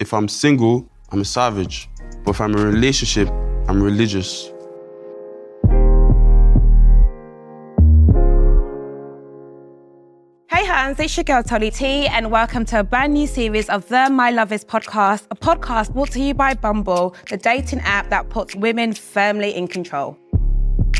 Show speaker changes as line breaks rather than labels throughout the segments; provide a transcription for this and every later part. If I'm single, I'm a savage. But if I'm in a relationship, I'm religious.
Hey hands, it's your girl Tolly T, and welcome to a brand new series of the My Lovers podcast, a podcast brought to you by Bumble, the dating app that puts women firmly in control.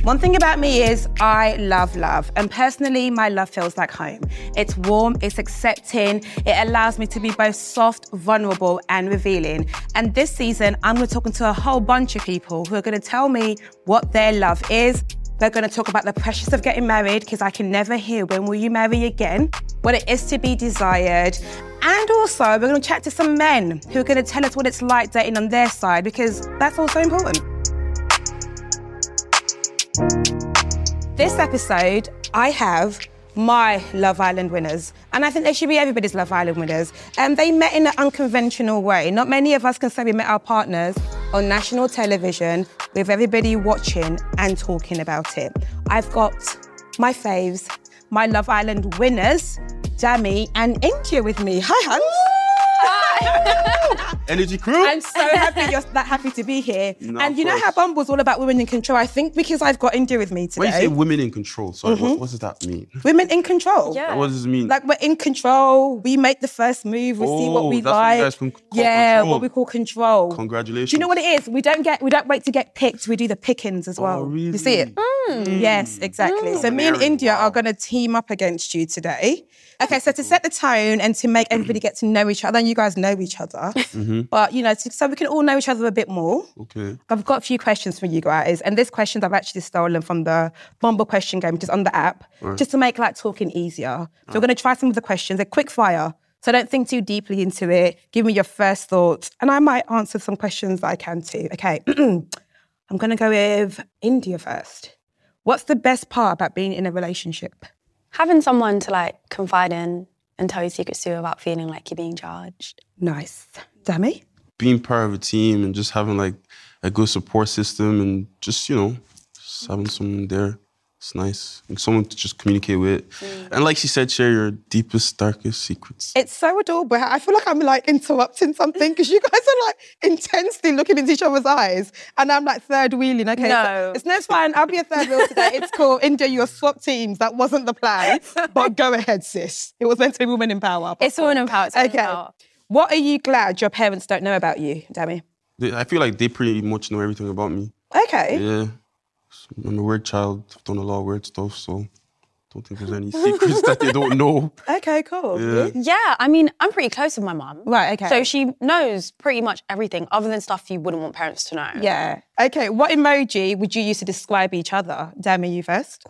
One thing about me is I love love, and personally, my love feels like home. It's warm, it's accepting, it allows me to be both soft, vulnerable, and revealing. And this season, I'm going to talking to a whole bunch of people who are going to tell me what their love is. They're going to talk about the pressures of getting married because I can never hear when will you marry again, what it is to be desired. And also, we're going to chat to some men who are going to tell us what it's like dating on their side because that's also important. This episode, I have my Love Island winners, and I think they should be everybody's Love Island winners. And they met in an unconventional way. Not many of us can say we met our partners on national television with everybody watching and talking about it. I've got my faves, my Love Island winners, Dami and India with me. Hi, Hans. Hi.
Energy crew?
I'm so happy you're that happy to be here.
No,
and
of
you know
course.
how Bumble's all about women in control. I think because I've got India with me
when you say
today.
women in control, sorry, what, what does that mean?
Women in control.
Yeah.
What does it mean?
Mm-hmm. Like we're in control. We make the first move. We see what
Oh,
we
that's what you
like.
guys can call
yeah,
control.
what we call control.
Congratulations.
Do you know what it is? We don't get. We don't wait to get picked. We do the pickings
Oh,
as well. You see it? Mm. Yes,
Mm.
exactly. So me and
Mary,
India are going to team up against you today. Okay, so to set the tone and to make everybody get to know each other, and you guys know each other,
Mm-hmm.
but you know, to, so we can all know each other a bit more.
Okay.
I've got a few questions for you guys, and these questions I've actually stolen from the Bumble question game, which is on the app, just to make like talking easier. So we're going to try some of the questions. They're quick fire, so don't think too deeply into it. Give me your first thoughts, and I might answer some questions that I can too. Okay, I'm going to go with India first. What's the best part about being in a relationship?
Having someone to like confide in and tell your secrets to without feeling like you're being judged.
Nice, Dami.
Being part of a team and just having like a good support system and just, you know, just having someone there. It's nice. And someone to just communicate with.
Mm.
And like she said, share your deepest, darkest secrets.
It's so adorable. I feel like I'm like interrupting something because you guys are like intensely looking into each other's eyes, and I'm like third wheeling. Okay, so
No.
it's no it's fine. I'll be a third wheel today. It's cool. India, you're swap teams. That wasn't the plan, but go ahead, sis. It was meant to be women in power. but
It's all in power. It's all in
okay.
power.
What are you glad your parents don't know about you, Dami?
They- I feel like they pretty much know everything about me.
Okay.
Yeah. I'm a weird child. I've done a lot of weird stuff, so don't think there's any secrets that they don't know.
Okay. Cool.
Yeah.
Yeah, I mean, I'm pretty close with my mum.
Right, okay.
So she knows pretty much everything other than stuff you wouldn't want parents to know.
Yeah. Okay. What emoji would you use to describe each other? Dami, you first.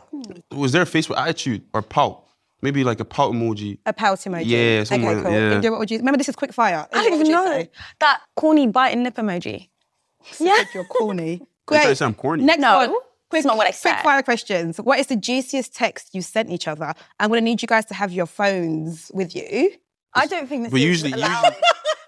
Was there a face with attitude or pout? Maybe like a pout emoji.
A pout emoji.
Yeah,
Okay.
something like-
Cool.
yeah.
India, what would you? Remember, this is quick fire.
I don't even know. That corny biting lip emoji. Yeah.
You're corny.
thought you
Great.
said I'm corny.
Next
No,
one.
that's not what I said.
Quick fire questions. What is the juiciest text you sent each other? I'm going to need you guys to have your phones with you.
I don't think this
But
is
usually, usually
allowed.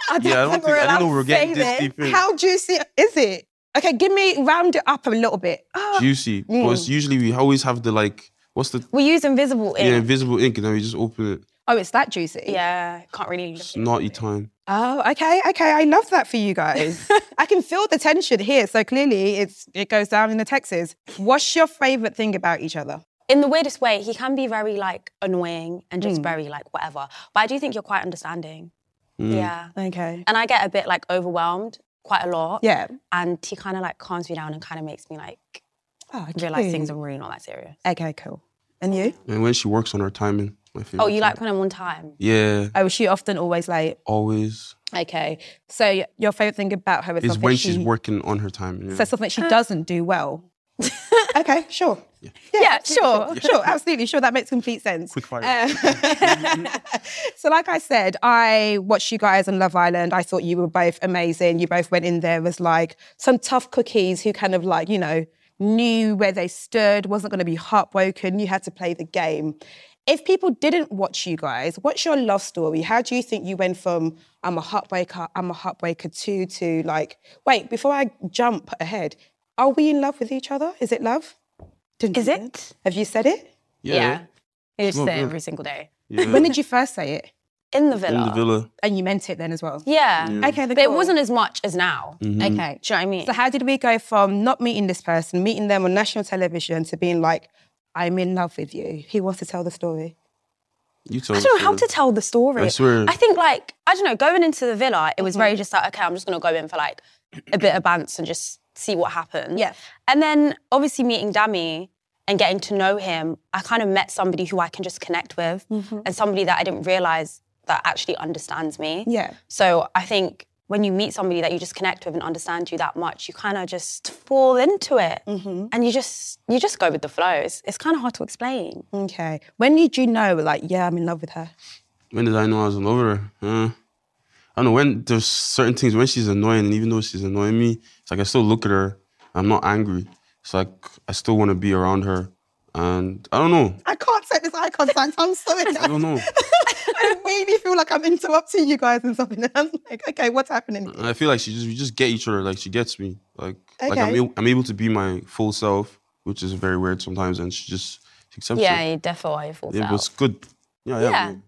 I yeah, I don't think, I don't know
allowed
we're
to
getting
say
this deep in.
How juicy is it? Okay, give me, round it up a little bit. Oh,
Juicy.
Hmm.
But it's usually we always have the like, what's the
we use invisible
yeah,
ink.
invisible ink and then we just open it.
oh, it's that juicy.
Yeah, can't really.
It's naughty time.
Oh, okay, okay. I love that for you guys. I can feel the tension here. So clearly, it's it goes down in the texts. What's your favorite thing about each other?
In the weirdest way, he can be very like annoying and just very like whatever. But I do think you're quite understanding.
Mm.
Yeah.
Okay.
and I get a bit like overwhelmed quite a lot.
Yeah.
And he kind of like calms me down and kind of makes me like
Oh,
realize
cute.
things are really not that serious.
Okay, cool. And you?
And when she works on her timing, my favorite.
Oh, you like
thing.
when I'm on time?
Yeah,
Oh, is she often always late?
always.
Okay. So y- your favorite thing about her is,
It's
something
when
she,
she's working on her timing. yeah.
so something she doesn't do well. Uh. okay, sure. Yeah,
Yeah,
sure, sure, absolutely, sure. That makes complete sense.
Quick fire.
uh,
Um, so, like I said, I watched you guys on Love Island. I thought you were both amazing. You both went in there as like some tough cookies who kind of like, you know, knew where they stood, wasn't going to be heartbroken. You had to play the game. If people didn't watch you guys, what's your love story? How do you think you went from I'm a heartbreaker, I'm a heartbreaker too, to like, wait, before I jump ahead, are we in love with each other? Is it love? Didn't
Is
you then?
it?
Have you said it?
yeah.
You just
Well,
say it
yeah.
every single day.
yeah.
When did you first say it?
in the villa.
in the villa.
And you meant it then as well.
Yeah. Mm-hmm.
Okay, the
But it
cool.
wasn't as much as now.
Okay.
Do you know what I mean?
So how did we go from not meeting this person, meeting them on national television, to being like, I'm in love with you? Who wants to tell the story?
You tell
I don't know how to tell the story.
I swear.
I think like I don't know. Going into the villa, it was very just like okay, I'm just gonna go in for like a bit of bants and just see what happens.
Yeah.
And then obviously meeting Dammy and getting to know him, I kind of met somebody who I can just connect with, and somebody that I didn't realize that actually understands me.
Yeah.
So I think when you meet somebody that you just connect with and understand you that much, you kind of just fall into it, and you just you just go with the flows. It's kind of hard to explain.
Okay. When did you know, like, yeah, I'm in love with her?
When did I know I was in love with her? Uh, I don't know. When there's certain things when she's annoying, and even though she's annoying me, it's like I still look at her. I'm not angry. It's like I still want to be around her, and I don't know.
I can't take this eye contact. I'm so
I don't know.
I really feel like I'm interrupting you guys and something. I'm like, okay, what's happening?
And I feel like she just we just get each other. Like she gets me. Like like I'm,
Okay.
a- I'm able to be my full self, which is very weird sometimes. And she just she accepts it.
you definitely fall
It was good. Yeah, yeah.
Yeah.
man.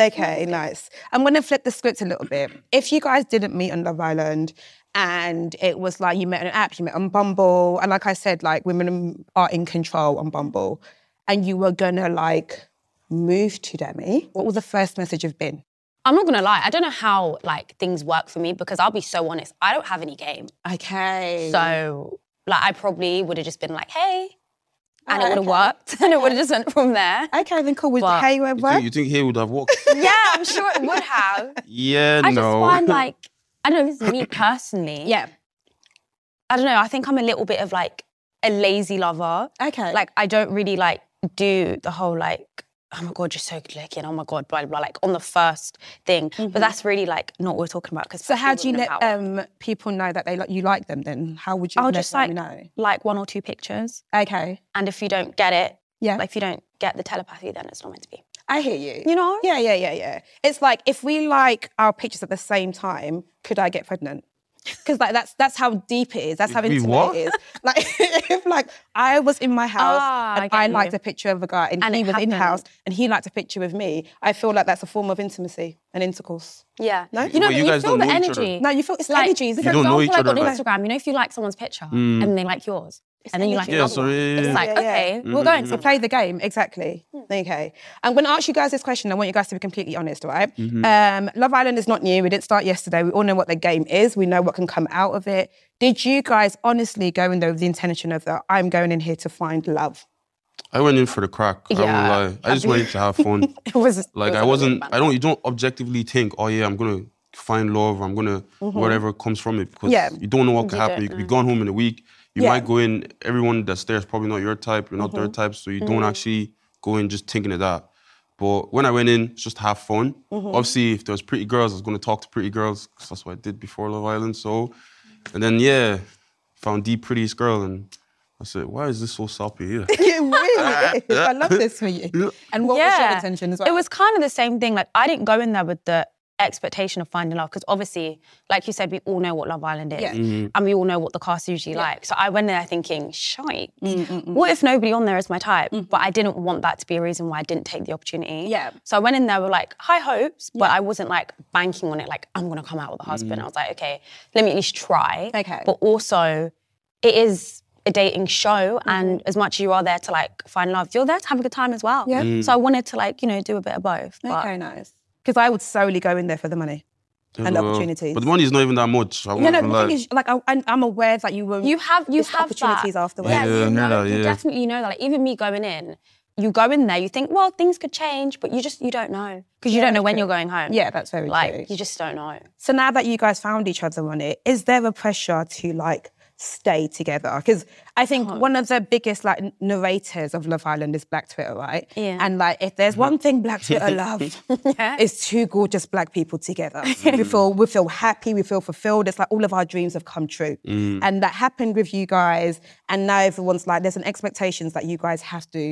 Okay,
Mm-hmm.
nice. I'm going to flip the script a little bit. If you guys didn't meet on Love Island and it was like you met on an app, you met on Bumble, and like I said, like women are in control on Bumble, and you were going to like move to Demi, what would the first message have been?
I'm not gonna lie. I don't know how like things work for me because I'll be so honest. I don't have any game.
Okay.
So like I probably would have just been like, hey, and it
Alright,
would have worked, and it would have just went from there.
okay, then cool. With
But-
hey, where
You think, you think he would have walked?
yeah, I'm sure it would have.
yeah,
I just
no.
find like I don't know. This is me personally.
Yeah.
I don't know. I think I'm a little bit of like a lazy lover.
Okay.
Like I don't really like do the whole like. Oh my god, you're so good looking. Oh my god, blah blah. blah, Like on the first thing, but that's really like not what we're talking about. Because
Mm-hmm. so how do you let um, people know that they like you like them? Then how would you
I'll
let
just
them
like
know?
like one or two pictures.
Okay.
And if you don't get it,
Yeah.
like if you don't get the telepathy, then it's not meant to be.
I hear you.
You know?
Yeah, yeah, yeah, yeah. It's like if we like our pictures at the same time, could I get pregnant? Because like that's that's how deep it is. That's how
We
intimate
what?
it is. Like if like I was in my house
Ah, I
and
get
I liked
you.
a picture of a guy and,
And
he
it
was in house
happened.
and he liked a picture with me, I feel like that's a form of intimacy and intercourse.
Yeah.
No?
You know,
Well, you
you,
guys
feel
don't
the
know each other.
energy.
No, you feel it's
Like,
energy, isn't
for
You don't
it?
know
example,
each
like
other,
on
like- Hmm.
Instagram, you know, if you like someone's picture and they like yours, and then you like
energy.
Yeah,
another one,
sorry.
it's like
Yeah, yeah.
okay,
Mm-hmm,
We're going to play the game, exactly.
Hmm.
Okay. I'm going to ask you guys this question. I want you guys to be completely honest, all right?
Mm-hmm.
Um, Love Island is not new. We didn't start yesterday. We all know what the game is. We know what can come out of it. Did you guys honestly go in there with the intention of that I'm going in here to find love?
I went in for the crack. I
Yeah.
won't lie. I just went in to have fun.
it was
Like
it was
I
a
wasn't.
bit
I don't. You don't objectively think. Oh yeah, I'm gonna find love. I'm gonna whatever comes from it because
Mm-hmm. Yeah.
you don't know what can
You
happen.
don't
You could be gone home in a week. You
Yeah. Mm-hmm.
might go in. Everyone that's there is probably not your type. You're not their type, so you don't actually go in just thinking of that. But when I went in, it's just to have fun.
Mm-hmm.
Obviously, if there was pretty girls, I was gonna talk to pretty girls 'cause that's what I did before Love Island. So, and then yeah, found the prettiest girl, and I said, why is this so soppy here?
It really is. I love this for you. And what was your
Yeah.
intention as well?
It was kind of the same thing. Like I didn't go in there with the expectation of finding love because obviously, like you said, we all know what Love Island is,
Yeah.
and we all know what the cast usually like. So I went there thinking, shite.
Mm,
What if nobody on there is my type? But I didn't want that to be a reason why I didn't take the opportunity.
Mm-hmm. Yeah.
So I went in there with like high hopes, but I wasn't like banking on it. Like I'm gonna come out with a husband. I was like, okay, let me at least try.
Okay.
But also, it is a dating show
Mm-hmm.
and as much as you are there to like find love you're there to have a good time as well
Yeah.
so i wanted to like you know do a bit of both but
okay, nice. Because I would solely go in there for the money. And
Well,
opportunities.
But the money is not even that much. I
No,
won't
no,
even
the
lie.
thing is, like, I, I'm I'm aware that you were.
you have you
it's
have
opportunities
that.
afterwards.
yeah,
Yeah,
you, know,
no,
you
yeah.
definitely know that like even me going in you go in there you think well things could change but you just you don't know because you don't know when you're going home
Yeah, that's very
like
true.
you just don't know
So now that you guys found each other on it, is there a pressure to like stay together? Because I think one of the biggest like n- narrators of Love Island is Black Twitter, right?
Yeah.
And like, if there's one thing Black Twitter love, is two gorgeous Black people together. we feel we feel happy, we feel fulfilled. It's like all of our dreams have come true, and that happened with you guys. And now everyone's like, there's an expectations that you guys have to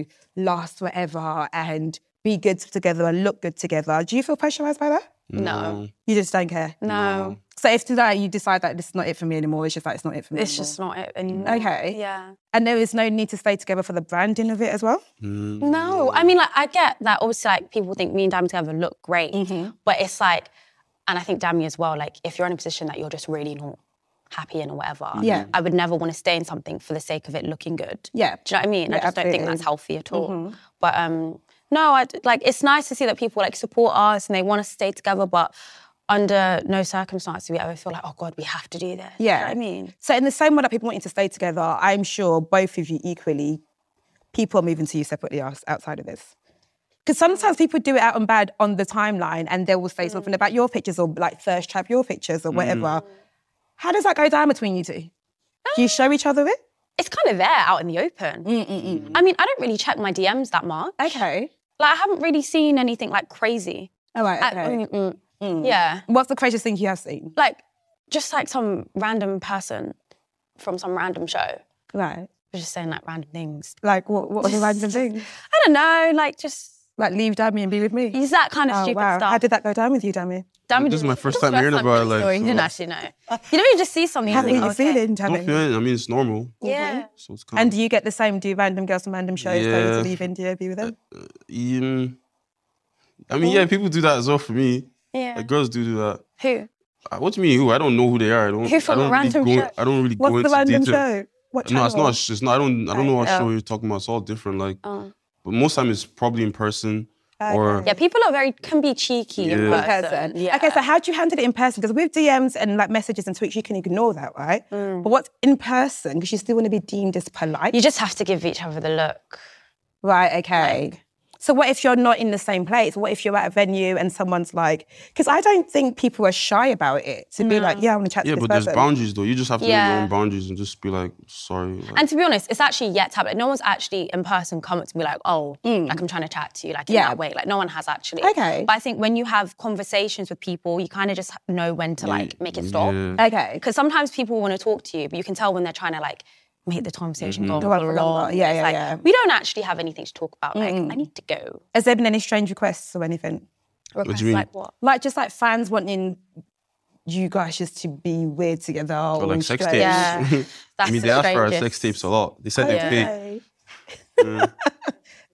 last forever and be good together and look good together. Do you feel pressurized by that?
No.
You just don't care.
Mm, No.
So if today you decide that this is not it for me anymore, it's just that it's not it for me.
It's
anymore.
just not it anymore.
Mm. Okay.
Yeah.
And there is no need to stay together for the branding of it as well.
No, I mean, like, I get that. Obviously, like, people think me and Dami together look great,
Mm-hmm.
but it's like, and I think Dami as well. Like, if you're in a position that you're just really not happy in or whatever,
Yeah.
I would never want to stay in something for the sake of it looking good.
Yeah.
do you know what I mean? I
Yeah,
just don't
absolutely.
think
Mm-hmm.
that's healthy at all. But um, no, I d- like it's nice to see that people like support us and they want to stay together, but under no circumstance do we ever feel like, oh God, we have to do this. Do you know
Yeah.
what I mean.
So in the same way that people want you to stay together, I'm sure both of you equally, people are moving to you separately outs- outside of this. Because sometimes people do it out and bad on the timeline and they will say something about your pictures or like thirst trap your pictures or whatever. How does that go down between you two? Do you show each other it?
It's kind of there out in the open. I mean, I don't really check my DMs that much.
Okay.
Like, I haven't really seen anything like crazy.
All right.
I-
Okay.
mm, mm.
Hmm.
Yeah.
What's the craziest thing you have seen?
Like, just like some random person from some random show
Right.
was just saying like random things.
Like what? What was the random thing?
I don't know, like just
Like leave Dami and be with me.
use that kind of
Oh
stupid
wow!
stuff.
How did that go down with you, Dami?
Damage
This is my first time hearing about it, like, uh,
story. You didn't
so-
actually know. You know, you just see something.
How
and
were
think,
you
okay.
feeling,
Don't feel
Dami?
it. I mean, it's normal.
Yeah.
So it's kind
And
of.
do you get the same? Do random girls from random shows tell you
Yeah. Uh,
to leave India, be with them?
Um, I mean,
Oh.
yeah, people do that as well for me.
Yeah.
Like girls do do that.
Who?
Uh, What do you mean who? I don't know who they are. I don't.
Who from
I don't
random
really go,
show?
I don't really go
What's
into
the random Oh.
detail.
show? What
No, it's
channel?
not. It's just not. I don't. I don't know what
Right.
oh.
show you're talking about. It's all different. Like,
Oh.
but most time it's probably in person or
Yeah, people are very can be cheeky in
Yeah.
person.
In
person.
Yeah.
Okay, so how do you handle it in person? Because with DMs and like messages and tweets, you can ignore that, right?
Mm.
But what's in person? Because you still want to be deemed as polite,
you just have to give each other the look.
right? Okay. so what if you're not in the same place? What if you're at a venue and someone's like? Because I don't think people are shy about it to be like, yeah, I want to chat
yeah.
to this
But
person.
there's boundaries though. You just have to know
Yeah.
your own boundaries and just be like, sorry. Like,
And to be honest, it's actually yet to happen. Like, no one's actually in person come up to me like, oh, like I'm trying to chat to you, like in
Mm. Yeah.
that way. Like no one has actually.
Okay.
But I think when you have conversations with people, you kind of just know when to like make it stop.
yeah.
Okay.
Because sometimes people want to talk to you, but you can tell when they're trying to like make the conversation
Mm-hmm.
go on
Go on
for
for
long.
longer. Yeah,
It's
yeah,
like,
yeah. Mm-hmm.
We don't actually have anything to talk about. Like, I need to go.
Has there been any strange requests or anything?
Requests
mean?
like what?
Like just like fans wanting you guys just to be weird together or,
like sex
straight-
tapes.
Yeah.
I
That's
mean,
the
they asked for our
strangest.
sex tapes a lot. They said
Oh,
they paid.
Okay.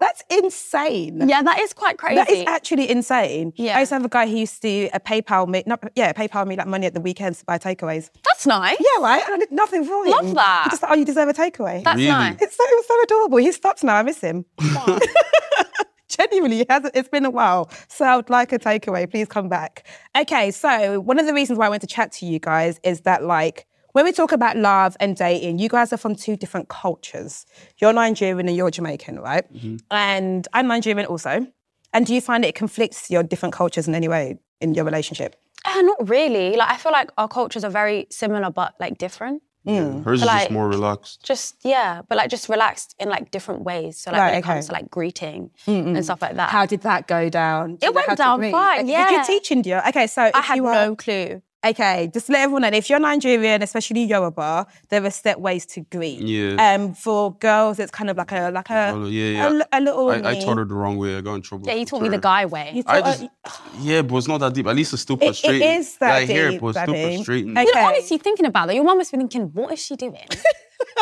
That's insane.
Yeah, that is quite crazy.
That is actually insane.
Yeah.
I used to have a guy who used to do a PayPal me, not, yeah, PayPal me like money at the weekends to buy takeaways.
That's nice.
Yeah, right. And I did nothing for him.
Love that.
He just like, oh, you deserve a takeaway.
That's
Really?
nice.
It's so, it was so adorable. He stops now. I miss him. Genuinely, it hasn't, it's been a while. So I would like a takeaway. Please come back. Okay, so one of the reasons why I went to chat to you guys is that, like, when we talk about love and dating, you guys are from two different cultures. You're Nigerian and you're Jamaican, right?
Mm-hmm.
And I'm Nigerian also. And do you find it conflicts your different cultures in any way in your relationship?
Uh, not really. Like I feel like our cultures are very similar but like different.
Hers is
Like-
just more relaxed.
Just yeah, but like just relaxed in like different ways. So like
Right,
when it
okay.
comes to like greeting and stuff like that.
How did that go down? Do you
It
know
went
how to
down
greet?
fine,
Okay, Did
yeah.
you teach India? Okay, so
I
if
had
you are-
no clue.
Okay, just to let everyone know, if you're Nigerian, especially Yoruba, there are set ways to greet.
Yeah.
Um, for girls, it's kind of like a like a
Oh, yeah, yeah.
a li- A, little.
I, I
knee.
taught her the wrong way. I got in trouble.
Yeah, he
with
taught me the
her.
guy way.
You
I
taught
just
her-
yeah, but it's not that deep. At least it's still
uh, it-
frustrating.
it is that
yeah, I hear
deep,
it, but it's still
Babi.
frustrating.
Okay.
Honestly, thinking about that, your mum must be thinking, what is she doing?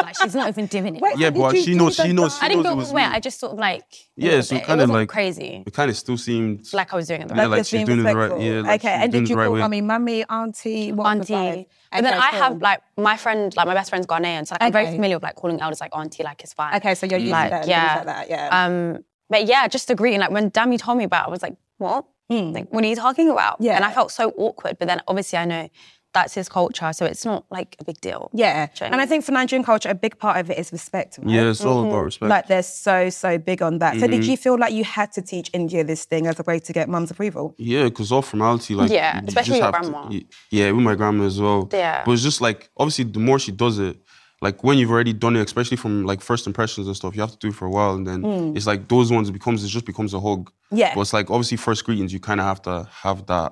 like she's not even doing it.
Wait,
Yeah,
how did
but
you
she
do
knows-
that
she knows-
dance?
I didn't
knows
go
it was
anywhere.
me.
I just sort of like
Yeah,
ignored
so
it. It
kinda
wasn't
like-
crazy.
It kind of still seemed
Like I was doing it the
Yeah,
right.
Like,
way.
like
just
she's
being
doing it the right-
respectful.
yeah, like
okay,
she's
and
doing
did
it
you
the right
call?
way.
I mean, mummy, auntie, what was the
auntie.
vibe?
But then
Okay,
I have
cool.
like my friend, like my best friend's Ghanaian, so like, I'm very
Okay.
familiar with like calling elders like auntie, like it's fine.
Okay, so you're used
Like,
to that.
yeah.
Yeah. Things like that. Yeah.
Um, but yeah, just agreeing. Like when Dami told me about, it, I was like, what? Like what are you talking about?
Hmm. Yeah.
And I felt so awkward. But then obviously I know that's his culture, so it's not like a big deal.
yeah.
Do you know what
And
I
I think for Nigerian culture, a big part of it is respect. Right?
yeah, Mm-hmm. it's all about respect.
Mm-hmm. Like they're so so big on that. So did you feel like you had to teach India this thing as a way to get mum's approval?
Yeah, because all formality, like
Yeah,
you
especially
just
with your
have to-
grandma.
y- yeah, with my grandma as well.
Yeah.
but it's just like obviously the more she does it, like when you've already done it, especially from like first impressions and stuff, you have to do it for a while, and then it's like those ones becomes it just becomes a hug.
Mm. Yeah.
but it's like obviously first greetings, you kind of have to have that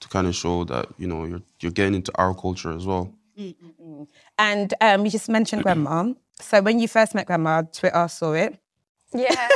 to kind of show that you know you're you're getting into our culture as well.
And um, you just mentioned grandma. So when you first met grandma, Twitter saw it.
Yeah.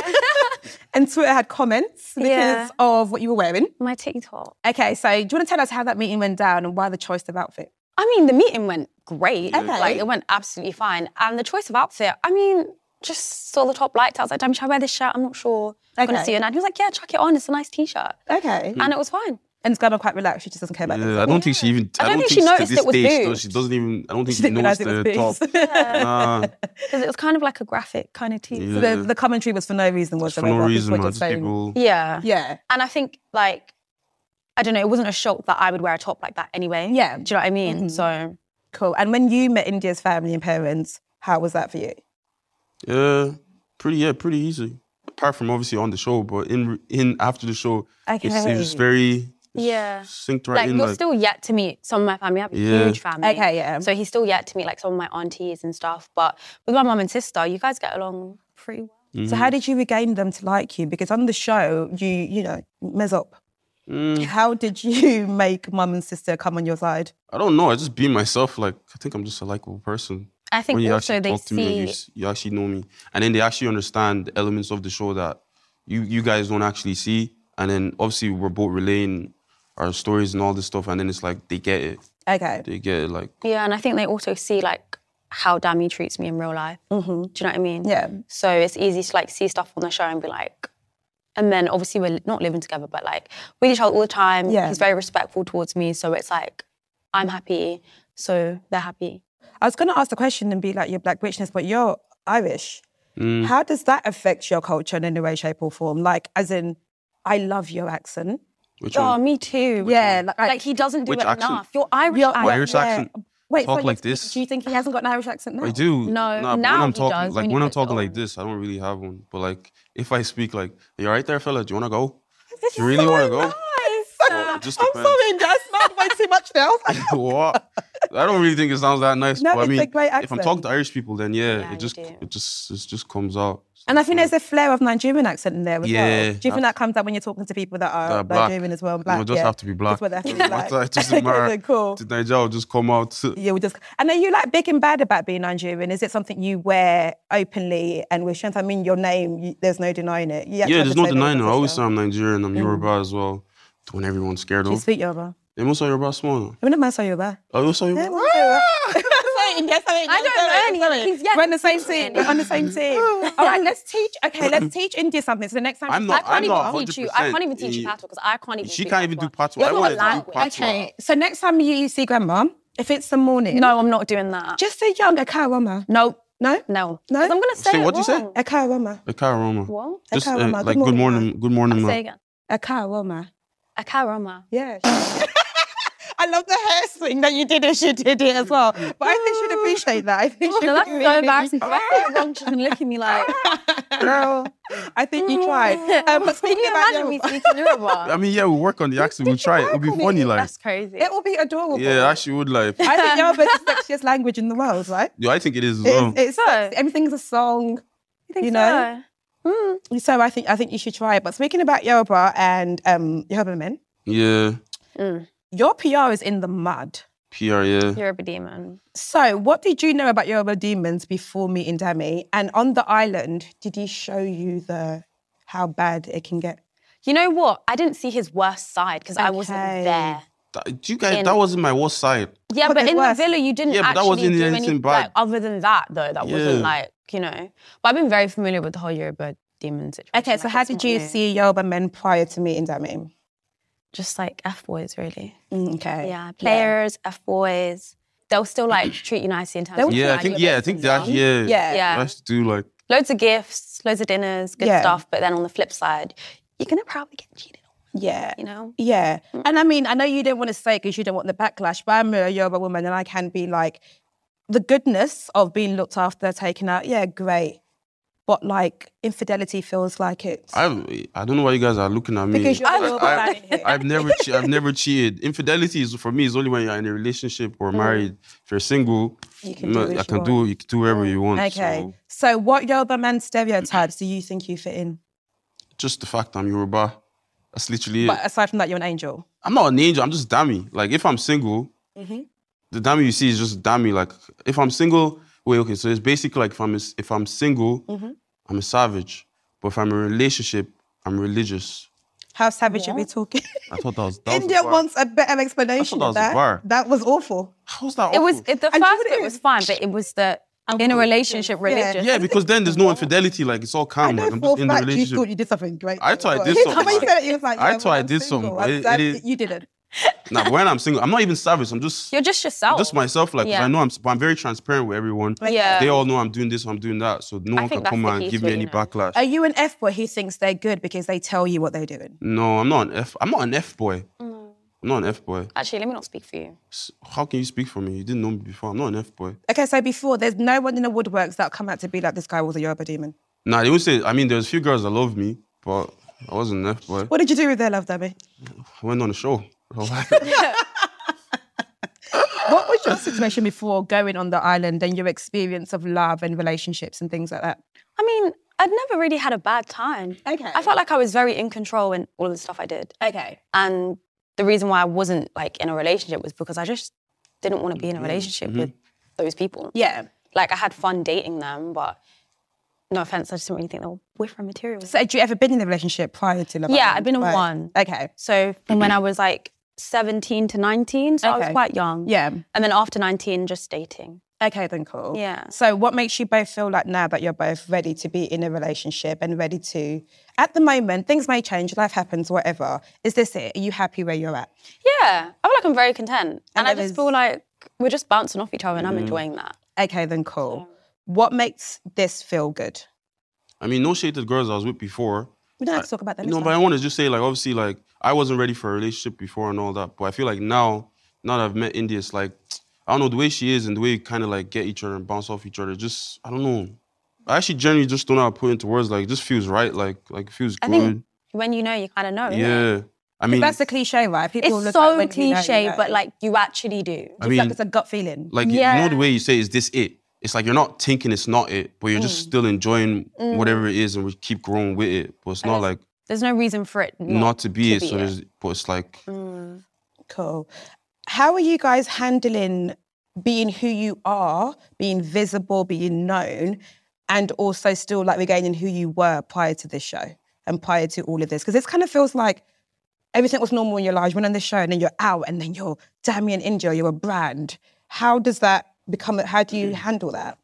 and Twitter had comments because
Yeah.
of what you were wearing.
My TikTok.
Okay, so do you want to tell us how that meeting went down and why the choice of outfit?
I mean, the meeting went great.
Okay.
Like it went absolutely fine. And the choice of outfit, I mean, just saw the top lights. I was like, "Damn, should I wear this shirt? I'm not sure. I'm gonna
Okay.
see you." And he was like, "Yeah, chuck it on. It's a nice t-shirt."
Okay.
And it was fine.
And it's gone quite relaxed. She just doesn't care about
Yeah,
this.
Uh, I don't think she even. I
don't think she
to
noticed
this
it was
stage, though,
boobs.
She doesn't even. I don't think she,
She didn't realise
noticed
it was
the
boobs.
top. Nah,
Because it was kind of like a graphic kind of tee.
yeah.
the, the commentary was for no reason
for
whatsoever.
no
People
reason,
were
man.
just
Just
saying-
people.
Yeah.
Yeah.
And I think like I don't know, it wasn't a shock that I would wear a top like that anyway.
Yeah. Mm-hmm.
Do you know what I mean? So
Cool. And when you met India's family and parents, how was that for you?
Yeah, pretty. Yeah, pretty easy. Apart from obviously on the show, but in in after the show, it's,
Okay.
it's just very
Yeah.
synced right
Like
in.
you're
like,
still yet to meet some of my family. I have a
Yeah.
huge family.
Okay, yeah.
So he's still yet to meet like some of my aunties and stuff. But with my mum and sister, you guys get along pretty well.
So
Mm-hmm.
how did you regain them to like you? Because on the show, you you know mess up.
Mm.
How did you make mum and sister come on your side?
I don't know. I just be myself. Like I think I'm just a likable person.
I think
when you
also
actually
they
talk to me and you,
see
s- you actually know me, and then they actually understand the elements of the show that you you guys don't actually see, and then obviously we're both relaying our stories and all this stuff, and then it's like they get it.
Okay.
They get it. Like
Yeah, and I think they also see like how Dammy treats me in real life. Mm-hmm. Do you know what I mean?
Yeah.
So it's easy to like see stuff on the show and be like, and then obviously we're not living together, but like with each other all the time.
Yeah.
He's very respectful towards me, so it's like I'm happy, so they're happy.
I was going to ask the question and be like, "You're black witchness, but you're Irish.
Mm.
How does that affect your culture in any way, shape, or form? Like, as in, I love your accent.
which
Oh,
one?
me too.
Mm. Yeah, like, I-
Like he doesn't do
Which
it
accent?
enough. You're Irish.
You're-
Irish.
Irish accent.
Wait,
Talk
so
like
you-
this.
Do you think he hasn't got an Irish accent now?
I do.
No,
but
now
when I'm
he
talking,
does,
like
when
when,
he
I'm
puts it
talking like
on.
this, I don't really have one. But like if I speak like, "You all right there, fella? Do you wanna go? Do you really wanna go? Well, it just
I'm
depends.
sorry, that's not way too much now.
what? I don't really think it sounds that nice.
No,
but I
it's a
mean,
great
if I'm talking
accent.
to Irish people, then yeah,
Yeah, you
it just
do.
it just it just comes out.
and I think there's a flair of Nigerian accent in there as well.
Yeah,
Do you think that comes out when you're talking to people that are
They're black.
Nigerian as well? and
You know,
Black,
just
yeah.
have to be black.
That's what they have to be
Doesn't
like.
matter, it doesn't matter.
cool.
The Niger will just come out.
Yeah, we just and are you like big and bad about being Nigerian? Is it something you wear openly and with strength? I mean, your name, you, there's no denying it. You actually
Yeah,
have
there's
to
no
say that on
denying it. I
the
always say
social.
I'm Nigerian. I'm Yoruba as well. The one everyone's scared
You
of.
speak Yoruba.
They must say Yoruba small.
I mean, I'm sorry, Yoruba.
Oh, you say
Yeah,
Yoruba?
I'm also Yoruba. Sorry, yes, I mean,
I
yes,
don't know
sorry,
any.
sorry.
He's yet
We're on
to
the same
teach
team.
any.
We're on the same team. All right, let's teach. Okay, let's teach India something. So the next time,
I'm
she's
not-
like,
I can't
I'm not
even teach you. I can't even teach you
100%
patois because I can't even.
She
speak
can't even do
patois.
patois. I
You're not
want to do
allowed.
patois.
okay. So next time you see grandma, if it's the morning,
No, I'm not doing that.
just say young akarama.
no,
No,
no,
No?
'Cause I'm gonna say.
Say,
it
what do you say?
wrong.
akarama,
A Roma.
What?
Just uh,
Akaroma, good
like good
morning,
morning, good morning,
Say
man.
again.
akarama.
A karama.
Yeah. I love the hair swing that you did as you did it as well. But I think she'd appreciate that. I think she'd
No, Oh, that's
really-
so embarrassing. If I say it wrong, she's gonna look at me like, girl.
I think you tried. Um, but
Can
speaking
you
about
imagine me
Yoruba,
speaking Yoruba?
I mean, yeah, we'll work on the accent. We'll try it. It'll be funny, like.
That's crazy.
it will be adorable.
Yeah, I actually would like.
I think Yoruba is the sexiest language in the world, right?
Yeah, I think it is um, as well.
It's, it's
So-
sexy. everything's a song.
think
you know? So I think I think you should try it. But speaking about Yoruba and um, Yoruba men,
yeah,
your PR is in the mud.
PR. Yeah.
You're a demon.
So, what did you know about Yoruba demons before meeting Dami? And on the island, did he show you the how bad it can get?
You know what? I didn't see his worst side because I wasn't
Okay.
there.
That, you guys, that wasn't my worst side.
Yeah,
But
but
there's
in
worse.
the villa, you didn't
Yeah, but that
actually
wasn't
do
anything
anything
bad.
like, other than that, though. That wasn't
Yeah.
like, you know. But I've been very familiar with the whole Yoruba demon situation.
Okay, so
Like,
how
it's
did
not
you
new.
see Yoruba men prior to meeting Dami?
Just like F boys, really.
Mm, Okay.
Yeah, players, F boys. They'll still like treat you nicely in terms of
Yeah, I
like,
think.
your
Yeah, I
bits
think
and
that.
stuff.
Yeah.
Yeah.
Yeah.
I should do like.
Loads of gifts, loads of dinners, good
Yeah.
stuff. But then on the flip side, you're gonna probably get cheated on,
Yeah.
you know?
Yeah.
Mm.
And I mean, I know you didn't want to say because you don't want the backlash, but I'm a Yoruba woman and I can be like, the goodness of being looked after, taken out, yeah, great. But like, infidelity feels like it's.
I I don't know why you guys are looking at me.
Because you're
I,
Yoruba,
I,
right?
I've never che- I've never cheated. Infidelity is for me is only when you're in a relationship or married. If you're single,
Mm. You can do
ma-
what
I
you
can
want.
do you can do whatever you want.
Okay.
so
So, what Yoruba man stereotypes do you think you fit in?
just the fact I'm Yoruba, that's literally it.
But aside from that, you're an angel.
I'm not an angel. I'm just dummy. Like if I'm single,
Mm-hmm.
the dummy you see is just dummy. Like
Mm-hmm.
if I'm single, wait, okay. So it's basically like if I'm if I'm single, I'm a savage. But if I'm in a relationship, I'm religious.
How savage are we talking?
I thought that was that was
India
bar.
wants a better explanation
that
of
was a bar.
that. That was awful.
How's that?
It was
awful?
it, the
do you know
first
what it
bit
is?
was fine, but it was the in a relationship religious.
yeah, because then there's no infidelity. Like it's all
I
calm.
know
Like, I'm
for
just
a
in the
fact you thought
relationship.
you did something great.
I thought I
But-
did
You
something,
told me you
like-
said it, you was like,
I
yeah,
thought
well,
I
I'm
did
single.
something,
I'm
but it-
sad
it
that
is-
You didn't.
Nah, but when I'm single, I'm not even savage. I'm just
You're just yourself.
just myself. Like 'cause
Yeah.
I know I'm, but I'm very transparent with everyone.
Yeah.
They all know I'm doing this. I'm doing that. So no
I
one
think
can
that's
come
the
and
key
give
to
me
it,
any
you know.
backlash.
Are you an F boy who thinks they're good because they tell you what they're doing?
no, I'm not an F. I'm not an F boy. I'm not an F boy.
Actually, let me not speak for you.
S- How can you speak for me? You didn't know me before. I'm not an F boy.
Okay, so before, there's no one in the woodworks that come out to be like, this guy was a Yoruba demon.
Nah, they would say. I mean, there's a few girls that love me, but I wasn't an F boy.
What did you do with their love, Debbie?
I went on a show.
What was your situation before going on the island and your experience of love and relationships and things like that?
I mean, I'd never really had a bad time.
Okay.
I felt like I was very in control in all of the stuff I did.
Okay.
And the reason why I wasn't like in a relationship was because I just didn't want to be in a relationship with those people.
Yeah.
Like I had fun dating them, but no offense, I just didn't really think they were boyfriend material.
So had you ever been in a relationship prior to love?
yeah,
Island?
I've been in
Right.
one.
Okay.
So from when I was like 17 to 19, so I was
Okay.
quite young.
Yeah.
And then after 19, just dating.
Okay, then cool.
Yeah.
So what makes you both feel like now that you're both ready to be in a relationship and ready to at the moment, things may change, life happens, whatever. Is this it? Are you happy where you're at?
Yeah, I feel like I'm very content. And, I
there
just
is-
feel like we're just bouncing off each other and I'm enjoying that.
Okay, then cool. What makes this feel good?
I mean, no shade to the girls I was with before.
We don't have to talk about that.
No,
it's
but I
fine.
want to just say, like, obviously, like, I wasn't ready for a relationship before and all that. But I feel like now, now that I've met India, it's like, I don't know, the way she is and the way we kind of like get each other and bounce off each other, just, I don't know. I actually generally just don't know how to put into words. Like, it just feels right. Like, like it feels
I
good.
think when you know, you kind of know. innit?
yeah. I mean,
that's a cliche, right? People
It's
look at
so
when you know, you
cliche,
know.
but like you actually do.
I
it's,
mean,
like it's a gut feeling.
like, you
Yeah.
know, the way you say, is this it? It's like you're not thinking it's not it, but you're just still enjoying whatever it is and we keep growing with it. But it's not like
There's no reason for it not,
not to be it. So
it.
there's, but it's like,
Cool. How are you guys handling being who you are, being visible, being known, and also still like regaining who you were prior to this show and prior to all of this? Because this kind of feels like everything was normal in your life. You went on this show and then you're out and then you're Damien India, you're a brand. How does that become, how do
Mm.
you handle that?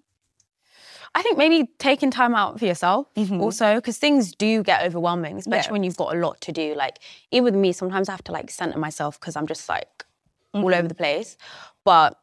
I think maybe taking time out for yourself
Mm-hmm.
also, because things do get overwhelming, especially when you've got a lot to do. Like, even with me, sometimes I have to like center myself because I'm just like all
Mm-hmm.
over the place. But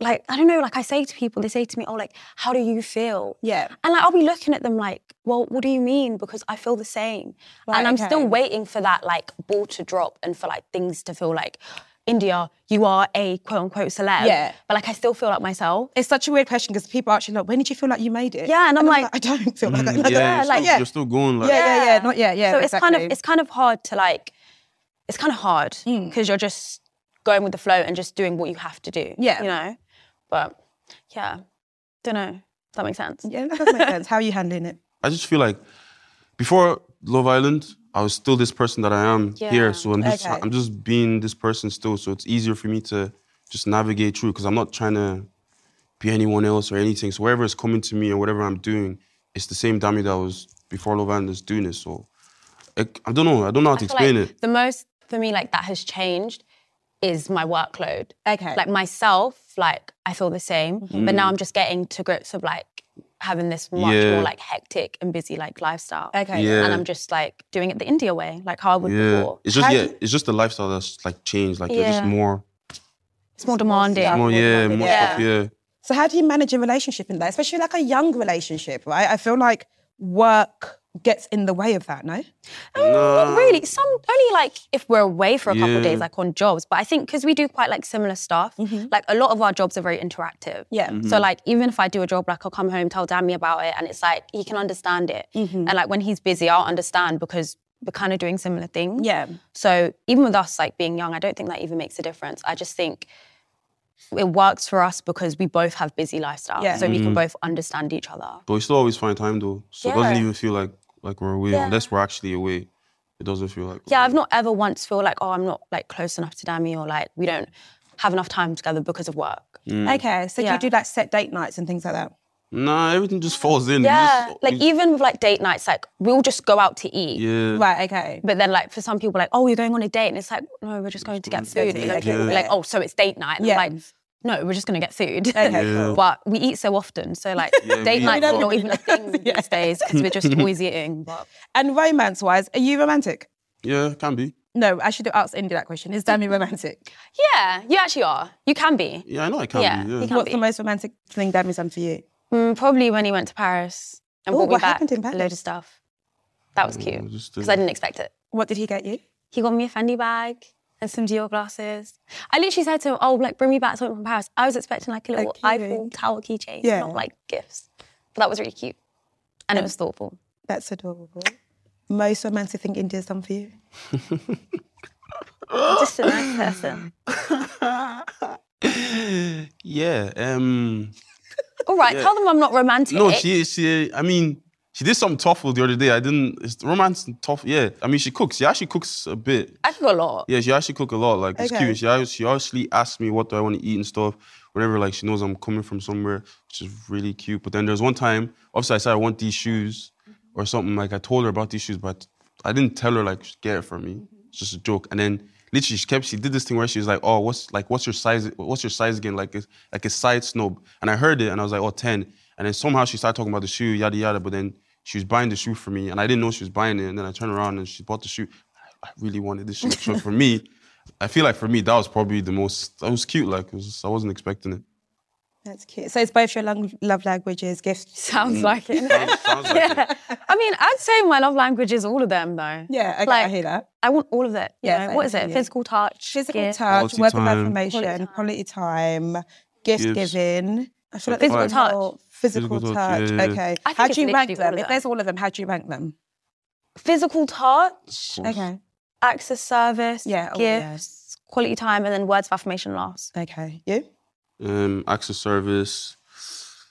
like, I don't know, like I say to people, they say to me, oh, like, how do you feel?
Yeah.
And like, I'll be looking at them like, well, what do you mean? Because I feel the same. and I'm still
okay.
waiting for that like ball to drop and for like things to feel like, India, you are a quote unquote celeb.
Yeah.
But like, I still feel like myself.
It's such a weird question because people are actually like, when did you feel like you made it?
Yeah, and I'm like-
I don't feel like I
yeah,
like,
you're,
like,
still,
yeah.
you're still going. Like,
Yeah, yeah, yeah, not yet, yeah,
So it's kind
exactly. Hmm.
of it's kind of hard to like, it's kind of hard because you're just going with the flow and just doing what you have to do.
Yeah.
you know, but yeah, don't know. That makes sense.
Yeah, that does make sense. How are you handling it?
I just feel like before Love Island, I was still this person that I am
Yeah.
here. So I'm just
Okay.
I'm just being this person still. So it's easier for me to just navigate through because I'm not trying to be anyone else or anything. So whatever is coming to me and whatever I'm doing, it's the same Dami that was before Love Island is doing this. So I, I don't know. I don't know how to
I feel
explain
like
it.
The most for me, like that has changed, is my workload.
Okay.
Like myself, like I feel the same, but now I'm just getting to grips of like having this much
Mm-hmm. Yeah.
more like hectic and busy like lifestyle.
Okay.
Yeah.
And I'm just like doing it the India way, like how I would
Yeah,
before.
it's just
How do
yeah,
you-
it's just the lifestyle that's like changed. Like you're just
Yeah.
more,
It's more demanding.
stuff.
more yeah,
demanding,
more
yeah.
stuff. Yeah,
So how do you manage a relationship in that, especially like a young relationship, right? I feel like work gets in the way of that, no?
Oh, Not really. Some only like if we're away for a couple of
Yeah.
days, like on jobs. But I think because we do quite like similar stuff, like a lot of our jobs are very interactive.
Mm-hmm. Yeah. Mhm.
So like even if I do a job, like I'll come home, tell Dammy about it, and it's like he can understand it.
Mm-hmm.
And like when he's busy, I'll understand because we're kind of doing similar things.
Yeah.
So even with us like being young, I don't think that even makes a difference. I just think it works for us because we both have busy lifestyles.
Yeah. Mm-hmm.
So we can both understand each other.
But we still always find time though. So it
Yeah.
doesn't even feel like like we're away unless we're actually away. It doesn't feel like
Yeah, I've not ever once feel like, oh, I'm not like close enough to Dami or like we don't have enough time together because of work.
Mm-hmm.
Okay. So do
Yeah.
you do like set date nights and things like that?
Nah, everything just falls in. You
Yeah.
just-
like
you-
even with like date nights, like we'll just go out to eat.
yeah.
Right, okay.
But then, like for some people, like oh, you're going on a date, and it's like no, we're just going to get food. And like,
Yeah.
like oh, so it's date night. And
Yeah.
I'm like no, we're just going to get food.
Okay,
cool.
But we eat so often, so like
Yeah,
date
we-
night's
We
not even a thing these days because we're just always eating. But
And romance wise, are you romantic?
Yeah, can be.
No, I should have asked Indy that question. Is Dami romantic?
yeah, you actually are. You can be.
Yeah, I know I can
Yeah,
be.
you
Yeah.
can
What's
be.
the most romantic thing Dami's done for you?
Mm, probably when he went to Paris and
Ooh,
brought me
what
back
happened in
a load
Paris?
of stuff. That was
I
cute
Oh, just
because I didn't expect it.
What did he get you?
He got me a Fendi bag and some Dior glasses. I literally said to him, "Oh, like bring me back something from Paris." I was expecting like a little
keyring.
Eiffel Tower keychain,
Yeah.
not like gifts. But that was really cute, and it was thoughtful.
That's adorable. Most romantic thing India's done for you.
Just a nice person.
Yeah. Um.
All right, tell them I'm not romantic.
No, she. She. I mean, she did something tough the other day. I didn't. It's romance and tough. Yeah. I mean, she cooks. She actually cooks a bit.
I cook a lot.
Yeah, she actually cook a lot. Like it's
Okay.
cute. She al- she actually asked me what do I want to eat and stuff. Whenever like she knows I'm coming from somewhere, which is really cute. But then there's one time, obviously I said I want these shoes or something. Like I told her about these shoes, but I didn't tell her like get it for me. It's just a joke. And then literally she kept she did this thing where she was like, oh, what's like what's your size? What's your size again? Like it's like a side snob. And I heard it and I was like, oh, 10. And then somehow she started talking about the shoe, yada yada. But then she was buying the shoe for me, and I didn't know she was buying it. And then I turned around and she bought the shoe. I really wanted this shit. So for me, I feel like for me that was probably the most. That was cute. Like it was just- I wasn't expecting it.
That's cute. So it's both your lang- love languages, gifts.
Sounds like
Mm.
it.
Sounds, sounds like it.
I mean, I'd say my love language is all of them, though.
Yeah, okay, I
Like-
hear that.
I want all of it. you
Yeah,
know.
same
What is
for
it?
you.
Physical touch.
Physical
gift.
touch,
Quality
words of
time.
affirmation, quality time, gift
Gifts.
giving. I feel like
Physical
there's
touch.
more- Physical,
Physical touch,
touch.
yeah, yeah.
Okay.
I think
How
it's
do you rank
literally all
them?
of
If
that.
there's all of them, how do you rank them?
Physical touch,
Okay.
access service,
Yeah, oh,
gifts,
yes.
quality time, and then words of affirmation last.
Okay. You?
Um, access service.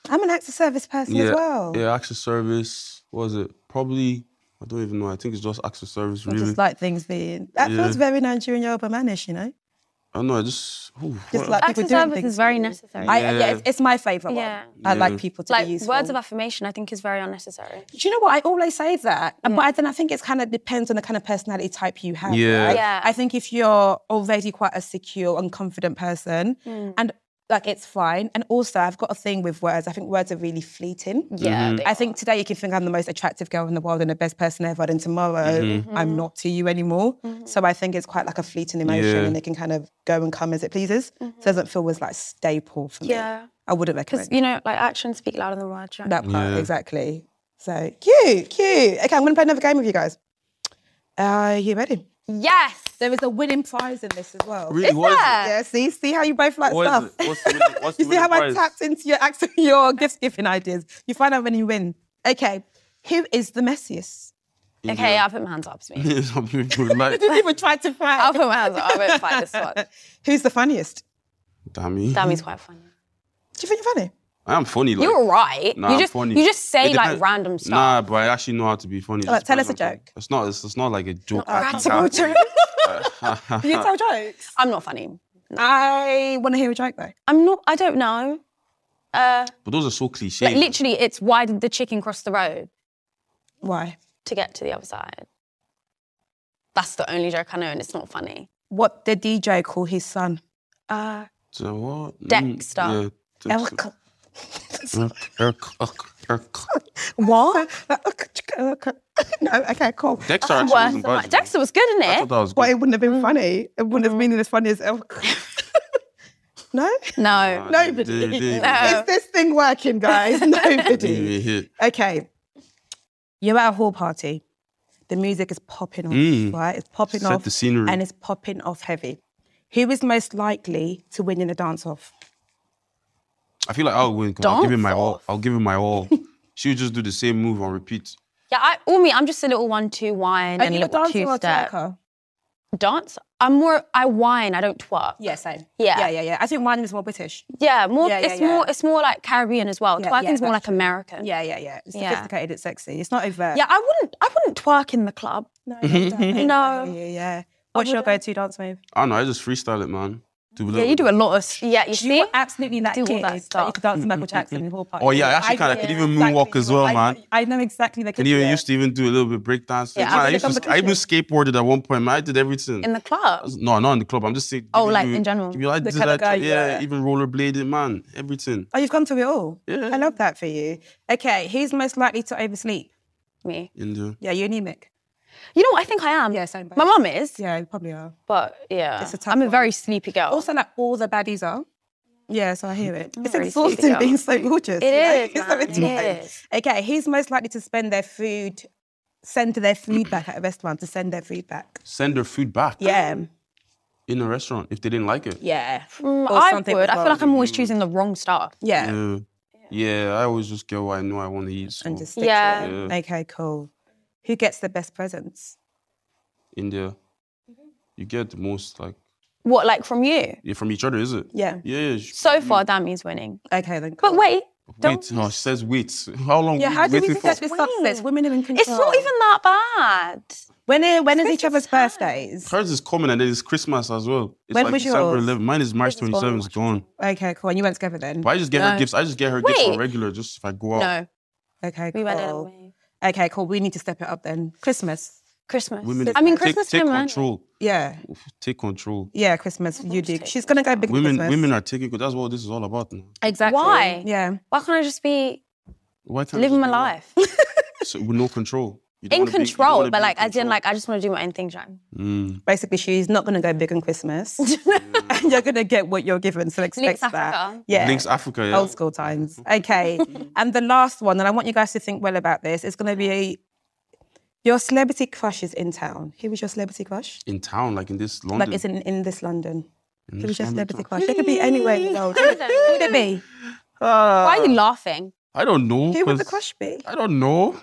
I'm an access service person
Yeah.
as well.
Yeah, access service. What was it? Probably. I don't even know. I think it's just access service.
I
Really.
just like things being. That feels very Nigerian Yoruba manish, you know?
I don't know. I just. ooh,
Just
what-
like people
Access
doing
service
things.
is very necessary.
I, yeah,
Yeah.
it's, it's my favourite
Yeah.
one. I like
Yeah.
people to
like
be useful.
words of affirmation, I think is very unnecessary.
Mm-hmm.
Do you know what? I always say that, and but I then I think it's kind of depends on the kind of personality type you have.
Yeah.
right?
Yeah.
I think if you're already quite a secure and confident person,
Mm.
and like it's fine. And also, I've got a thing with words. I think words are really fleeting.
Yeah, they
I think today you can think I'm the most attractive girl in the world and the best person ever, and tomorrow
Mm-hmm.
Mm-hmm.
I'm not to you anymore. So I think it's quite like a fleeting emotion,
Yeah.
and it can kind of go and come as it pleases. So it doesn't feel as like staple for me.
Mm-hmm. Yeah.
I wouldn't
Because
recommend
you know, like actions speak louder than words. Right?
that part
Yeah.
exactly. So cute, cute. Okay, I'm gonna play another game with you guys. Are you ready?
Yes.
There is a winning prize in this as well.
Really? What is it?
Yeah, see, see how you both like
What is
stuff.
it? What's the winning- what's the
you see how
winning prize?
I tapped into your accent, your gift giving ideas. You find out when you win. Okay, who is the messiest?
Mm-hmm.
Okay, I'll put my hands up. It's me.
Some people like.
Didn't even try to fight.
I'll put my hands up. I won't fight this one.
Who's the funniest?
Dammy.
Dammy's quite funny.
Do you think you're funny?
I am funny. Like,
You're right.
Nah,
you
I'm
just
funny.
you just
It
say like
depends-
random stuff.
Nah, but I actually know how to be funny. It just
tell us
depends
a
on-
joke.
It's not. It's, it's not like a joke. I can't-
Practical joke. you tell jokes.
I'm not funny.
I want to hear a joke though.
I'm not. I don't know. Uh,
But those are so cliche.
like, literally, it's why did the chicken cross the road
Why?
to get to the other side? That's the only joke I know, and it's not funny.
What did DJ call his son?
Uh,
So what? Mm,
Dexter.
yeah, Dexter.
Elk.
Elk, elk, elk, elk.
What? oh, no, okay, cool.
Dexter actually
Oh, worse than
wasn't
mine.
bad.
Dexter was good in
I
it.
thought that was
Well,
good.
it wouldn't have been funny. It wouldn't have been as funny as elk. no?
no.
Nobody.
Did- did-
Is this thing working, guys?
did
Nobody.
you hit?
Okay. You're at a hall party. The music is popping off,
Mm.
right? It's popping
Set
off.
the scenery.
And it's popping off heavy. Who is most likely to win in a dance off?
I feel like I'll win 'cause I'll give him my all.
Dance-off.
I'll give him my all. she would just do the same move on repeat.
Yeah, I, all me. I'm just a little one-two wine and a little two-step dance. I'm more. I whine. I don't twerk.
Yeah, same.
Yeah.
Yeah, yeah, yeah. I think one is more British.
Yeah, more.
Yeah, yeah,
it's
yeah.
more. It's more like Caribbean as well.
Yeah,
Twerking's
yeah,
more
that's
like American.
Yeah, yeah, yeah. It's
Yeah.
sophisticated, it's sexy. It's not overt.
Yeah, I wouldn't. I wouldn't twerk in the club.
No. no.
No.
Yeah, yeah. What's your go to dance move?
I don't know. I just freestyle it, man. Do we
Yeah,
look-
you do a lot of s- yeah. You
Do you
see,
were absolutely that
Do all
kid
that
that you
stuff.
could dance to Michael Jackson in the whole party.
Oh, yeah, I actually kinda could even moonwalk as well,
I-
man.
I know exactly the
And even used to even do a little bit breakdance.
Yeah,
Man,
after
I,
the
used to, I even skateboarded at one point. Man, I did everything.
in the club.
no, not in the club. I'm just saying.
Oh,
even
like,
you-
in general.
You, I
The
did
kinda
that.
guy you
yeah,
are.
even rollerblading, man. Everything.
Oh, you've come to it all.
Yeah.
I love that for you. Okay, who's most likely to oversleep?
Me,
In the
Yeah, you're anemic.
you know, what I think I am.
Yeah, same, babe.
My mum is,
Yeah, you probably are.
but yeah,
It's a tough
I'm a
one.
very sleepy girl.
Also, like all the baddies are. Yeah, so I hear it. It's
really
exhausting
sleepy,
being so gorgeous. you
It
know?
is,
It's
man,
so
it
tiring.
is.
Okay, who's most likely to spend their food, send their food back at a restaurant to send their food back?
send their food back
Yeah,
in a restaurant if they didn't like it.
yeah,
Mm,
or
I would.
something
I
wrong
feel like I'm always choosing the wrong stuff.
yeah.
Yeah. Yeah, I always just get what I know I want to eat. So
And just stick
Yeah.
to it. Okay, cool. Who gets the best presents?
India, you get the most like
What, like from you?
yeah, from each other, is it?
Yeah.
Yeah. sh-
So far, that means winning.
Okay, then. Cool.
But wait, don't.
Wait, no, she says wait. How long?
yeah,
we
how do we
waiting
think
for?
that's this success? Women are in control.
It's
Oh.
not even that bad.
When are, when is each other's birthdays?
Hers is coming and then it's Christmas as well. It's
When
like
was
December
yours?
11th. Mine is March
This is gone.
27th. It's gone.
Okay, cool. And you went together then.
But I just get her gifts. I just get her gifts on
Wait.
regular, just if I go out.
No,
Okay,
we
cool.
went
Oh.
away.
Okay, cool. We need to step it up then. Christmas.
Christmas.
Women,
I mean,
take,
Christmas
take
time, man.
control.
Yeah,
Take control.
yeah. Christmas. You do. She's gonna go big. for
Women,
Christmas.
women are taking. That's what this is all about. Now.
Exactly.
Why?
Yeah.
Why can't I just be
Why can't
living
you
my
do that?
life?
So, with no control. You don't
in
wanna be- you don't
control,
wanna be
but
in
like, as in,
control.
like, I just want to do my own thing, Jan.
Mm.
Basically, she's not gonna go big on Christmas. and you're gonna get what you're given. So expect
Links
that.
Africa.
Yeah.
Links Africa. Yeah.
Old school times. Okay. and the last one, and I want you guys to think well about this. It's gonna be your celebrity crush is in town. Who was your celebrity crush?
In town, like in this London.
Like it's in, in this London. Who was your
London town.
celebrity crush? They could be anywhere in the world. Who would it be?
Uh,
Why are you laughing?
I don't know.
Who would the
'cause-
crush be?
Oh,
I don't know.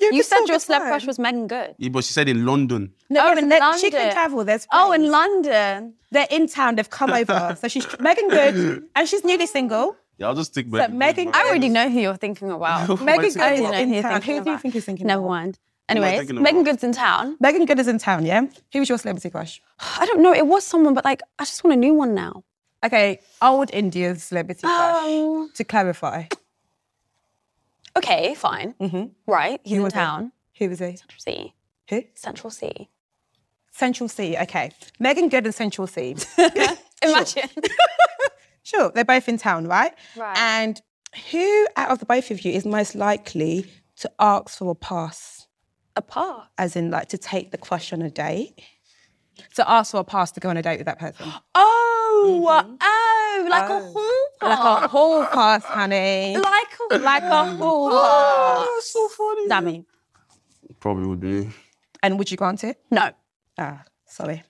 You said your celeb crush was Megan Good.
Yeah, but she said in London.
No,
Oh,
but
in
they- she
London.
can travel. There's
Oh, in
planes.
London.
they're in town. They've come over. So she's Megan Good, and she's newly single.
Yeah, I'll just take
So
back.
Megan,
I already know who you're thinking about.
Megan
I already
Good
know
is
who
in
you're
town.
thinking
Who do you
about.
think you're thinking
Never
about?
mind.
am I
Anyways,
thinking
Megan
about?
Good's in town.
Megan Good is in town. Yeah. Who was your celebrity crush?
I don't know. It was someone, but like, I just want a new one now.
Okay, old India's celebrity crush.
Um,
To clarify,
okay, fine.
Mm-hmm.
Right, he's in
was it?
town.
who was he?
Central C.
Who?
Central C.
Central C. Okay, Megan Good and Central C.
Imagine.
sure, they're both in town, right?
Right.
And who out of the both of you is most likely to ask for a pass,
a par.
as in like to take the crush on a date? To ask for a pass to go on a date with that person.
Oh, oh, like a hall
Like a hall pass, honey.
Like a, Oh, like a hall pass.
so funny.
Dummy.
Probably would be. me.
And would you grant it?
No,
Ah, sorry.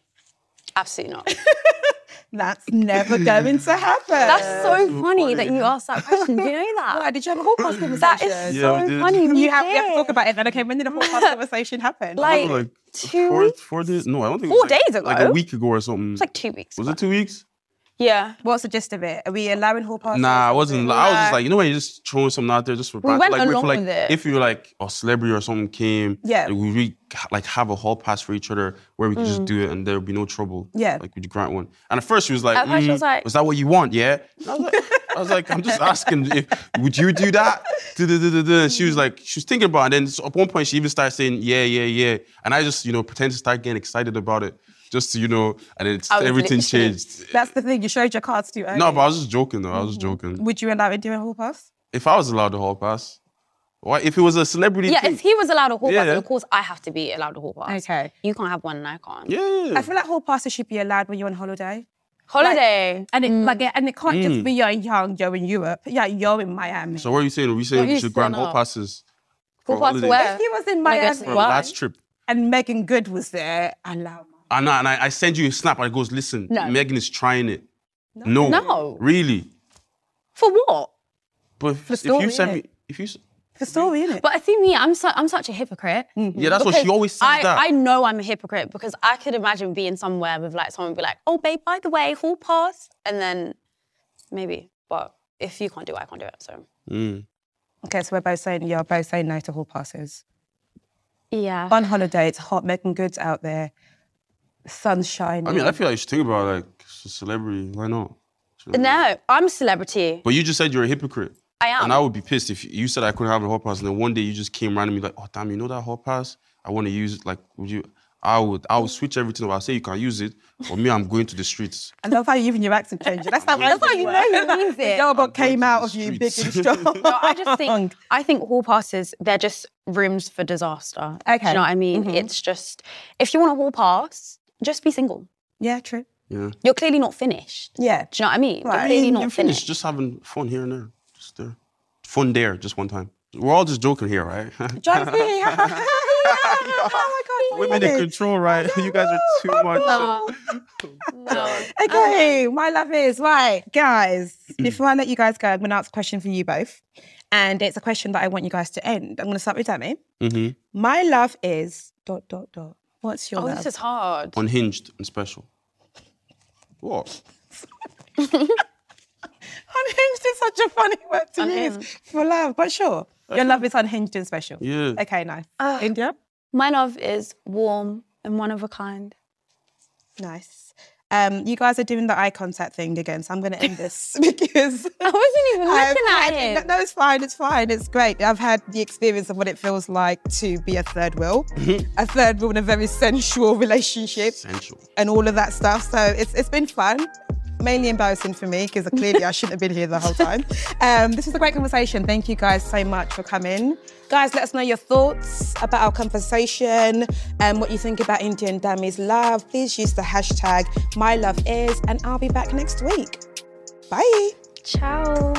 absolutely not.
That's never going to happen.
That's so funny that you asked that question. Do you know
Why
that?
did you have a whole pass conversation?
That is
Yeah, we
so
did.
funny. We
you have, you have to
did.
talk about it then. Okay, when did the whole pass conversation happen?
Like,
Like
two
four,
weeks?
four days? No, I don't think. it
Four
was like-
days
Like a
ago?
week ago or something.
It's like two weeks.
was it two weeks?
Yeah.
what's the gist of it? Are we allowing whole passes?
Nah, I wasn't. I was just
No.
like, you know, when you're just throwing something out there just for brand-
went
like,
along
for, like,
with it.
If you were like a celebrity or something came,
Yeah.
like, we re- like have a hall pass for each other where we could
Mm.
just do it and there would be no trouble.
Yeah.
like would you grant one? And at first she was like,
At first she
"Mm,
was like-
"Was that what you want? Yeah." I was like, I was like, I'm just asking if would you do that? Du-du-du-du-du. And she
Mm.
was like, she was thinking about it. And then so at one point she even started saying, "Yeah, yeah, yeah," and I just you know pretend to start getting excited about it. Just to, you know, and it's
I was
everything
literally-
changed.
That's the thing. You showed your cards too early.
No, but I was just joking though. I was just joking.
would you allow it during hall pass?
If I was allowed a hall pass, why? If it was a celebrity,
Yeah,
thing,
if he was allowed a hall
Yeah,
pass, then
yeah.
of course I have to be allowed a hall pass.
Okay.
You can't have one and I can't.
yeah.
I feel like hall passes should be allowed when you're on holiday.
Holiday.
And it like it- and it can't just be you're in young, you're in Europe. Yeah, you're in Miami.
Mm. so what are you saying? Are we saying
you
we should grant
stand
hall
up.
passes?
hall
for
pass
holiday?
where?
if he was in
Like I
Miami
said,
For
Why?
last trip.
and Megan Good was there, allow me.
And I, and I, I send you a snap and it goes, listen,
No.
Megan is trying it. No.
No.
Really?
For what?
But if, if
story,
you send
innit?
me, if you, s-
The story, innit?
But I think me, I'm su- I'm such a hypocrite.
yeah, that's what she
Because
always says
I,
that.
I know I'm a hypocrite because I could imagine being somewhere with like someone be like, oh babe, by the way, hall pass, and then maybe. But if you can't do it, I can't do it. So
okay, so we're both saying you're both saying no to hall passes.
yeah.
On holiday, it's hot, Megan Good's out there, sun's shining.
I mean, I feel like you should think about it, like It's a celebrity. Why not? Do you know what I mean?
No, I'm a celebrity.
But you just said you're a hypocrite.
I am.
And I would be pissed if you said I couldn't have a hot pass, and then one day you just came around and be like, "Oh damn, you know that hot pass? I want to use it. Like, would you?" I would. I would switch everything. Over. I say you can use it, but me, I'm going to the streets.
And that's how you even your accent changes. That's how,
That's how you know he means
The
it.
girl got
going
came
to
out
the
of you big and
streets.
strong.
No, I just think I think hall passes they're just rooms for disaster. Do
Okay.
you know what I mean? It's just if you want a hall pass, just be single.
yeah, true.
Yeah,
You're clearly not finished.
Yeah.
Do you know what I mean? You're
Right.
clearly
You're
not
it's
finished.
just having fun here and there, just there, fun there, just one time. We're all just joking here, right?
Johnny, oh my God.
Women in control, right? You guys are too much.
Oh,
Okay,
Um,
my love is right, guys. Before I let you guys go, I'm gonna ask a question for you both, and it's a question that I want you guys to end. I'm gonna start with Dami.
hmm
My love is dot dot dot. What's your
Oh,
love?
this is hard.
Unhinged and special. What?
unhinged is such a funny word to use for love, but sure, your love is unhinged and special.
Yeah.
Okay, nice. India,
My love is warm and one of a kind.
nice. Um, you guys are doing the eye contact thing again, so I'm gonna end this because.
I wasn't even
I've
looking at
had-
him.
No, no, it's fine. It's fine. It's great. I've had the experience of what it feels like to be a third wheel, a third wheel in a very sensual relationship,
Essential.
and all of that stuff. So it's it's been fun. Mainly embarrassing for me because clearly I shouldn't have been here the whole time. Um, this was a great conversation. Thank you guys so much for coming. Guys, let us know your thoughts about our conversation and what you think about Indian Dammy's love. Please use the hashtag MyLoveIs, and I'll be back next week. Bye.
Ciao.